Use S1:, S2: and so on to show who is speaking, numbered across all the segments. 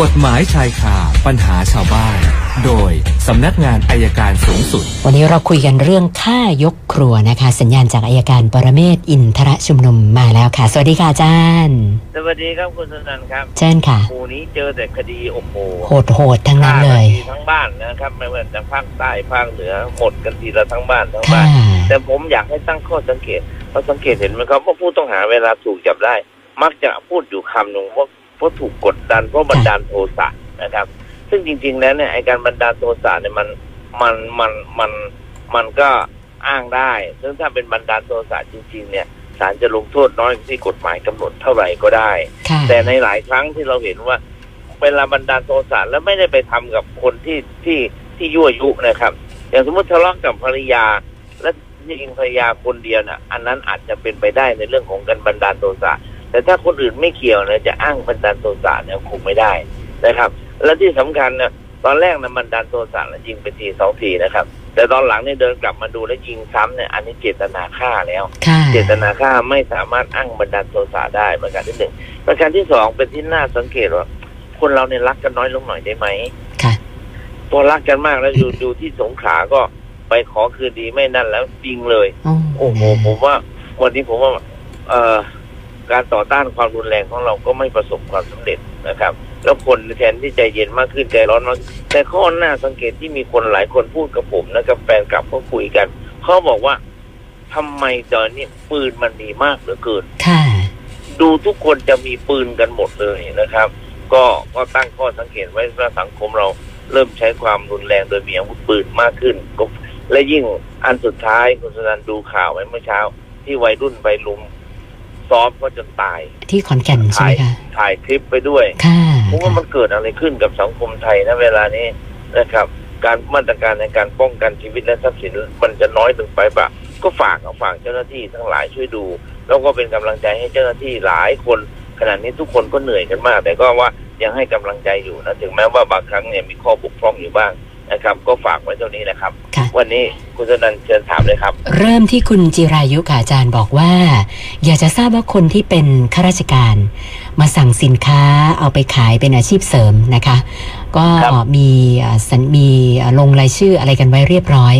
S1: กฎหมายชายคาปัญหาชาวบ้าน โดยสำนักงานอายการสูงสุด
S2: วันนี้เราคุยกันเรื่องค่ายกครัวนะคะ สัญญาณจากอายการปรเมศวร์อินทรชุมนุมมาแล้วค่ะ สวัสดีค่ะอาจารย์
S3: สวัสดีครับคุณสนันท์ครับ
S2: เชิญค่ะ
S3: หมู่นี้เจอแต่คดีโอ้โห
S2: โหดโหดๆทั้งนั้นเลย
S3: ฆ่ากัทีทั้งบ้านนะครับ ไม่ว่าจะภาคใต้ภาคเหนือหมดกันทีละทั้งบ้านทั้งบ้า
S2: ค่ะ
S3: น แต่ผมอยากให้ตั้งข้อสังเกตเพราะสังเกตเห็นไหมครับว่าผู้ต้องหาเวลาถูกจับได้ มักจะพูดอยู่คำหนึ่งว่าเพราะถูกกดดันเพราะบันดาลโทสะนะครับ ซึ่งจริง ๆ แล้วเนี่ยไอการบันดาลโทสะเนี่ยมันมันมันมันมันก็อ้างได้ ซึ่งถ้าเป็นบันดาลโทสะจริง ๆ เนี่ยศาลจะลงโทษน้อยกว่าที่กฎหมายกำหนดเท่าไหร่ก็ได้
S2: ค่ะ
S3: แต่ในหลายครั้งที่เราเห็นว่าเวลาบันดาลโทสะแล้วไม่ได้ไปทำกับคนที่ที่ที่ยั่วยุนะครับ อย่างสมมติทะเลาะกับภรรยา และยิงภรรยาคนเดียวน่ะ อันนั้นอาจจะเป็นไปได้ในเรื่องของการบันดาลโทสะแต่ถ้าคนอื่นไม่เกี่ยวนะจะอ้างบันดาลโทสะเนี่ยคงไม่ได้นะครับ และที่สำคัญนะตอนแรกนะบันดาลโทสะแล้วยิงไปทีสองทีนะครับ แต่ตอนหลังเนี่ยเดินกลับมาดูแล้วยิงซ้ำเนี่ยอันนี้เจตนาฆ่าแล้ว
S2: ค่ะ
S3: เจตนาฆ่าไม่สามารถอ้างบันดาลโทสะได้ประการที่หนึ่งประการที่สองเป็นที่น่าสังเกตว่า คนเราเนี่ยรักกันน้อยลงหน่อยได้ไหม
S2: ค่ะ
S3: พอรักกันมากแล้วอยู่ดูที่สงขลาก็ไปขอคืนดีไม่นั่นแล้วยิงเลย โอ้โหผมว่าวันนี้ผมว่าเอ่อการต่อต้านความรุนแรงของเราก็ไม่ประสบความสำเร็จนะครับ แล้วคนแทนที่ใจเย็นมากขึ้นใจร้อนมากขึ้นแต่ข้อหน้าสังเกตที่มีคนหลายคนพูดกับผมนะกับแฟนกลับก็คุยกันเขาบอกว่าทำไมตอนนี้ปืนมันมีมากเหลือเกิน
S2: ค่ะ
S3: ดูทุกคนจะมีปืนกันหมดเลยนะครับ ก็ก็ตั้งข้อสังเกตไว้ว่าสังคมเราเริ่มใช้ความรุนแรงโดยมีอาวุธปืนมากขึ้นก็และยิ่งอันสุดท้ายคุณสนันดูข่าวไว้เมื่อเช้า ที่วัยรุ่นไปลุมซ้อมก็จนตาย
S2: ที่ขอนแก่นใช่ไหมคะ
S3: ถ่ายคลิปไปด้วย
S2: ค่ะ
S3: ผมว่ามันเกิดอะไรขึ้นกับสังคมไทยนะเวลานี้นะครับ การมาตรการในการป้องกันชีวิตและทรัพย์สินมันจะน้อยลงไปปะก็ฝากเอาฝากเจ้าหน้าที่ทั้งหลายช่วยดู แล้วก็เป็นกำลังใจให้เจ้าหน้าที่หลายคนขณะนี้ทุกคนก็เหนื่อยกันมาก แต่ก็ว่ายังให้กำลังใจอยู่นะถึงแม้ว่าบางครั้งเนี่ยมีข้อบกพร่องอยู่บ้างนะครับ ก็ฝากไว้เท่านี้นะครับ
S2: ค่ะ
S3: วันนี้คุณสนันเชิญถามเลยครับ
S2: เริ่มที่คุณจิรายุค่ะอาจารย์บอกว่า อยากจะทราบว่าคนที่เป็นข้าราชการ มาสั่งสินค้าเอาไปขายเป็นอาชีพเสริมนะคะ ก็
S3: ครับ
S2: มีเอ่อสัญมีเอ่อลงรายชื่ออะไรกันไว้เรียบร้อย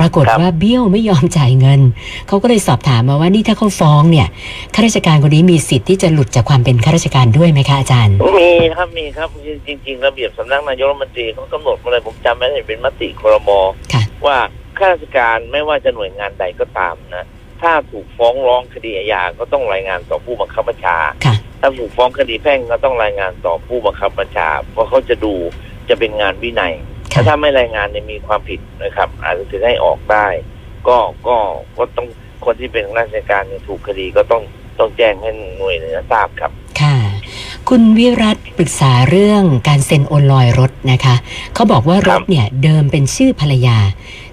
S2: ปรากฏ
S3: ครับ
S2: ว่าเบี้ยวไม่ยอมจ่ายเงิน เขาก็เลยสอบถามมาว่านี่ถ้าเขาฟ้องเนี่ยข้าราชการคนนี้มีสิทธิ์ที่จะหลุดจากความเป็นข้าราชการด้วยไหมคะอาจารย์
S3: มีครับมีครับจริง ๆ ระเบียบสำนักนายกรัฐมนตรีเขากำหนดมาเลยผมจำไม่ได้เป็นมติครม
S2: ค่ะ
S3: ว่าข้าราชการไม่ว่าจะหน่วยงานใดก็ตามนะ ถ้าถูกฟ้องร้องคดีอาญาก็ต้องรายงานต่อผู้บังคับบัญชา
S2: ค่ะ
S3: ถ้าถูกฟ้องคดีแพ่งก็ต้องรายงานต่อผู้บังคับบัญชา เพราะเขาจะดูจะเป็นงานวินัย
S2: ค่ะ
S3: ถ้าไม่รายงานเนี่ยมีความผิดนะครับ อาจจะถึงให้ออกได้ ก็ก็ก็ต้องคนที่เป็นข้าราชการเนี่ยถูกคดีก็ต้องต้องแจ้งให้หน่วยเหนือทราบครับ
S2: ค่ะ คุณวิรัตปรึกษาเรื่องการเซ็นโอนลอยรถนะคะ เขาบอกว่าร
S3: ครับ
S2: ถเนี่ยเดิมเป็นชื่อภรรยา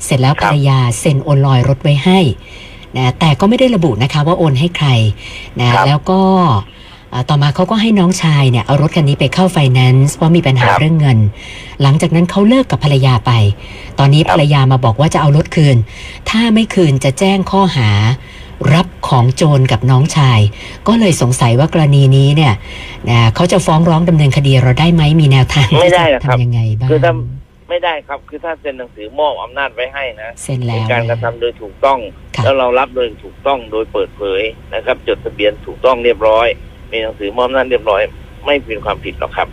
S2: เสร็จแล้ว
S3: ครับ
S2: ภรรยาเซ็นโอนลอยรถไว้ให้นะแต่ก็ไม่ได้ระบุนะคะว่าโอนให้ใครนะครับแล้วก็เอ่อต่อมาเขาก็ให้น้องชายเนี่ยเอารถคันนี้ไปเข้าไฟแนนซ์เพราะมีปัญหา
S3: ครับ
S2: เรื่องเงิน หลังจากนั้นเขาเลิกกับภรรยาไป ตอนนี้
S3: ครับ
S2: ภรรยามาบอกว่าจะเอารถคืน ถ้าไม่คืนจะแจ้งข้อหา รับของโจรกับน้องชาย ก็เลยสงสัยว่ากรณีนี้เนี่ยนะเขาจะฟ้องร้องดำเนินคดีเราได้ไหมมีแนวทาง
S3: ไม่ได้
S2: ที่จะ
S3: ครับ
S2: ทำยังไงบ้าง
S3: คือถ้า ไม่ได้ครับคือถ้าเซ็นหนังสือมอบอำนาจไว้ให้นะ
S2: เซ็นแล้
S3: เป็น
S2: ว
S3: การกระทำโดยถูกต้อง
S2: ค่ะ
S3: แล้วเรารับโดยถูกต้องโดยเปิดเผยนะครับ จดทะเบียนถูกต้องเรียบร้อย มีหนังสือมอบอำนั่นเรียบร้อย ไม่เป็นความผิดหรอกครับ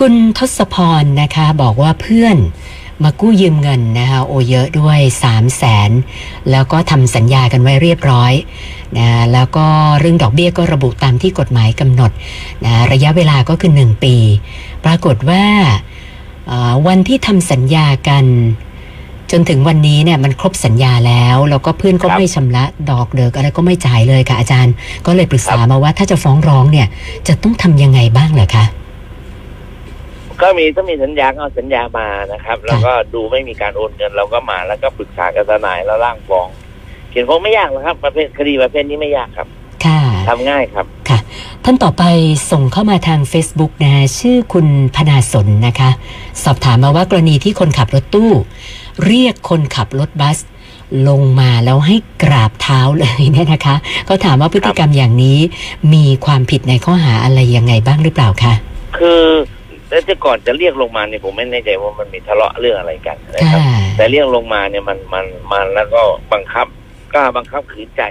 S2: คุณทศพรนะคะ บอกว่าเพื่อนมากู้ยืมเงินนะคะโอเยอะด้วย 3 0 0แสนแล้วก็ทำสัญญากันไว้เรียบร้อยนะแล้วก็เรื่องดอกเบี้ยก็ระบุตามที่กฎหมายกำหนดนะระยะเวลาก็คือ 1 ปี ปรากฏว่าเอ่อวันที่ทำสัญญากัน จนถึงวันนี้เนี่ยมันครบสัญญาแล้ว แล้วก็เพื่อนก็
S3: ครับ
S2: ไม่ชำระดอกเดิกอะไรก็ไม่จ่ายเลยค่ะอาจารย์ ก็เลยปรึกษามาว่าถ้าจะฟ้องร้องเนี่ยจะต้องทำยังไงบ้างเหรอคะ
S3: ก็มีต้องมีสัญญาก็เอาสัญญามานะครับ แล้วก็ดูไม่มีการโอนเงินเราก็มาแล้วก็ปรึกษากับทนายแล้วร่างฟ้อง เขียนฟ้องไม่ยากหรอกครับประเภทคดีประเภทนี้ไม่ยากครับ
S2: ค่ะ
S3: ทำง่ายครับ
S2: ท่านต่อไปส่งเข้ามาทาง Facebook นะฮะชื่อคุณพนาสนนะคะ สอบถามมาว่ากรณีที่คนขับรถตู้ เรียกคนขับรถบัส ลงมาแล้วให้กราบเท้าเลยเนี่ยนะคะเขาถามว่าพฤติกรรมอย่างนี้ มีความผิดในข้อหาอะไรยังไงบ้างหรือเปล่าคะ
S3: คือ แล้วแต่ก่อนจะเรียกลงมาเนี่ยผมไม่แน่ใจว่ามันมีทะเลาะเรื่องอะไรกันนะค
S2: ค่ะ
S3: รับ แต่เรียกลงมาเนี่ยมันมันมันแล้วก็บังคับกล้าบังคับขืนใจ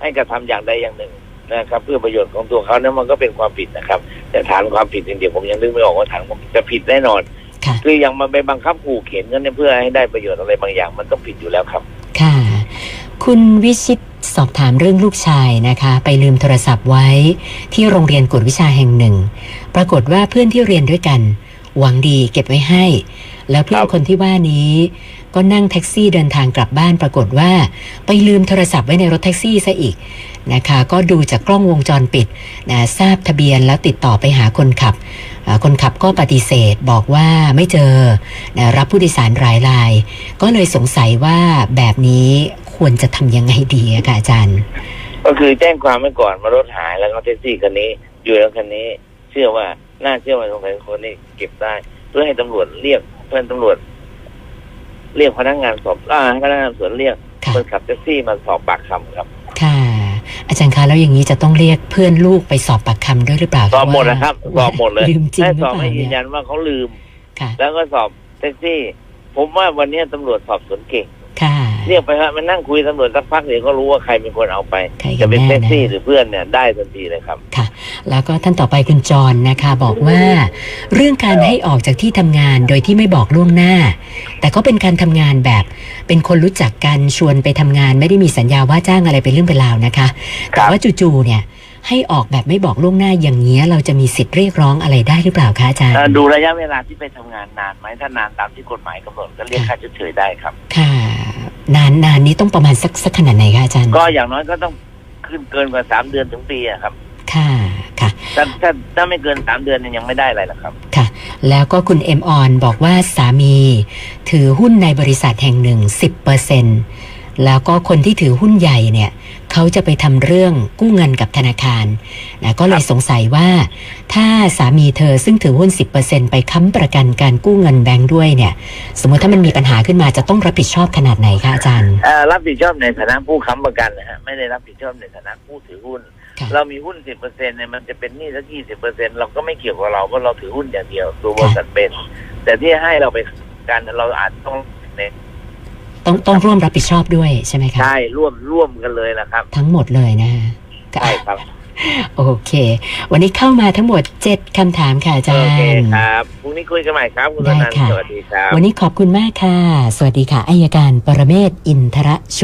S3: ให้กระทำอย่างใดอย่างหนึ่งนะครับ เพื่อประโยชน์ของตัวเขาเนี่ยมันก็เป็นความผิดนะครับ แต่ฐานความผิดอย่างเดียวผมยังนึกไม่ออกว่าฐานความผิดจะผิดแน่นอน
S2: ค่ะ
S3: คืออย่างมันไปบังคับขู่เข็นกันเนี่ยเพื่อให้ได้ประโยชน์อะไรบางอย่างมันต้องผิดอยู่แล้วครับ
S2: ค่ะ คุณวิชิตสอบถามเรื่องลูกชายนะคะ ไปลืมโทรศัพท์ไว้ที่โรงเรียนกวดวิชาแห่งหนึ่ง ปรากฏว่าเพื่อนที่เรียนด้วยกัน หวังดีเก็บไว้ให้ แล้วเพื่อน
S3: ครับ
S2: คนที่ว่านี้ ก็นั่งแท็กซี่เดินทางกลับบ้านปรากฏว่า ไปลืมโทรศัพท์ไว้ในรถแท็กซี่ซะอีกนะคะ ก็ดูจากกล้องวงจรปิดนะทราบทะเบียนแล้วติดต่อไปหาคนขับอ่าคนขับก็ปฏิเสธบอกว่าไม่เจอนะรับผู้โดยสารหลายราย ก็เลยสงสัยว่าแบบนี้ควรจะทำยังไงดีอะค่ะอาจารย์
S3: ก็คือแจ้งความไว้ก่อนมารถหายแล้วก็แท็กซี่คันนี้ อยู่แล้วคันนี้ เชื่อว่าน่าเชื่อว่าสงสัยคนนี้เก็บได้ เพื่อให้ตำรวจเรียกเพื่อนตำรวจ เรียกพนักงานสอบอ่าให้พนักงานสวนเรียก
S2: ค่ะ
S3: คนขับแท็กซี่มาสอบปากคำครับ
S2: ค่ะ อาจารย์คะแล้วอย่างนี้จะต้องเรียกเพื่อนลูกไปสอบปากคำด้วยหรือเปล่า
S3: สอบหมดนะครับสอบหมดเลย
S2: ลืมจริง
S3: ได้
S2: หรื
S3: ส
S2: อ
S3: อบ
S2: เป
S3: ให้
S2: ล่า
S3: ยืน
S2: เนี่ย
S3: ยันว่าเขาลืม
S2: ค่ะ
S3: แล้วก็สอบแท็กซี่ ผมว่าวันนี้ตำรวจสอบสวนเก่ง
S2: ค่ะ
S3: เรียกไปฮะมันนั่งคุยตำรวจสักพักเดี๋ยวก็รู้ว่าใครเป็นคนเอาไป
S2: ใครกัน
S3: จะเป็นแท็กซี่
S2: แน่นะ
S3: หรือเพื่อนเนี่ยได้ทันทีเลยครับ
S2: แล้วก็ท่านต่อไปคุณจรนะคะ บอกว่า เรื่องการให้ออกจากที่ทำงานโดยที่ไม่บอกล่วงหน้า แต่ก็เป็นการทำงานแบบ เป็นคนรู้จักกันชวนไปทำงาน ไม่ได้มีสัญญาว่าจ้างอะไรเป็นเรื่องเป็นราวนะคะ
S3: ครั
S2: แต่
S3: บ
S2: ว่าจู่ๆเนี่ย ให้ออกแบบไม่บอกล่วงหน้าอย่างเงี้ยเราจะมีสิทธิ์เรียกร้องอะไรได้หรือเปล่าคะอาจารย์
S3: อ่าดูระยะเวลาที่ไปทำงานนานไหมถ้านานตามที่กฎหมายกำหนดก็เรียกค่าชดเฉยได้ครับ
S2: ค่ะ นานนานนี้ต้องประมาณสักสักขนาดไหนคะอาจารย์
S3: ก็อย่างน้อยก็ต้องขึ้นเกินกว่าสามเดือนถึงปีอะครับ
S2: ค่ะค่ะ
S3: ถ้าถ้าถ้าไม่เกินสามเดือนเนี่ยยังไม่ได้อะไรหรอกครับ
S2: แล้วก็คุณเอ็มออนบอกว่าสามี ถือหุ้นในบริษัทแห่งหนึ่ง 10%แล้วก็คนที่ถือหุ้นใหญ่เนี่ย เขาจะไปทำเรื่องกู้เงินกับธนาคารนะก็เลยสงสัยว่า ถ้าสามีเธอซึ่งถือหุ้น 10%ไปค้ำประกันการกู้เงินแบงค์ด้วยเนี่ย สมมติถ้ามันมีปัญหาขึ้นมาจะต้องรับผิดชอบขนาดไหนคะอาจารย์
S3: เอ่อรับผิดชอบในฐานะผู้ค้ำประกันนะฮะไม่ได้รับผิดชอบในฐานะผู้ถือหุ้น
S2: ค่ะ
S3: เรามีหุ้นสิบเปอร์เซ็นเนี่ยมันจะเป็นหนี้สักยี่สิบเปอร์เซ็นเราก็ไม่เกี่ยวกับเราเพราะเราถือหุ้นอย่างเดียวตัวบริษัทเป็น แต่ที่ให้เราไปกันเราอาจต้องเนี่ย
S2: ต้องต้องร่วมรับผิดชอบด้วยใช่ไหมคะ
S3: ใช่ร่วมร่วมกันเลยนะครับ
S2: ทั้งหมดเลยนะคะ
S3: ใช่ครับ
S2: โอเค วันนี้เข้ามาทั้งหมด 7คำถามค่ะอาจาร
S3: โอ
S2: ย์
S3: เคครับพรุ่งนี้คุยกันใหม่ครับคุณอนันต์
S2: ได้ค่ะ
S3: สวัสดีครับ
S2: วันนี้ขอบคุณมากค่ะ สวัสดีค่ะอายการปรเมศวร์อินทรช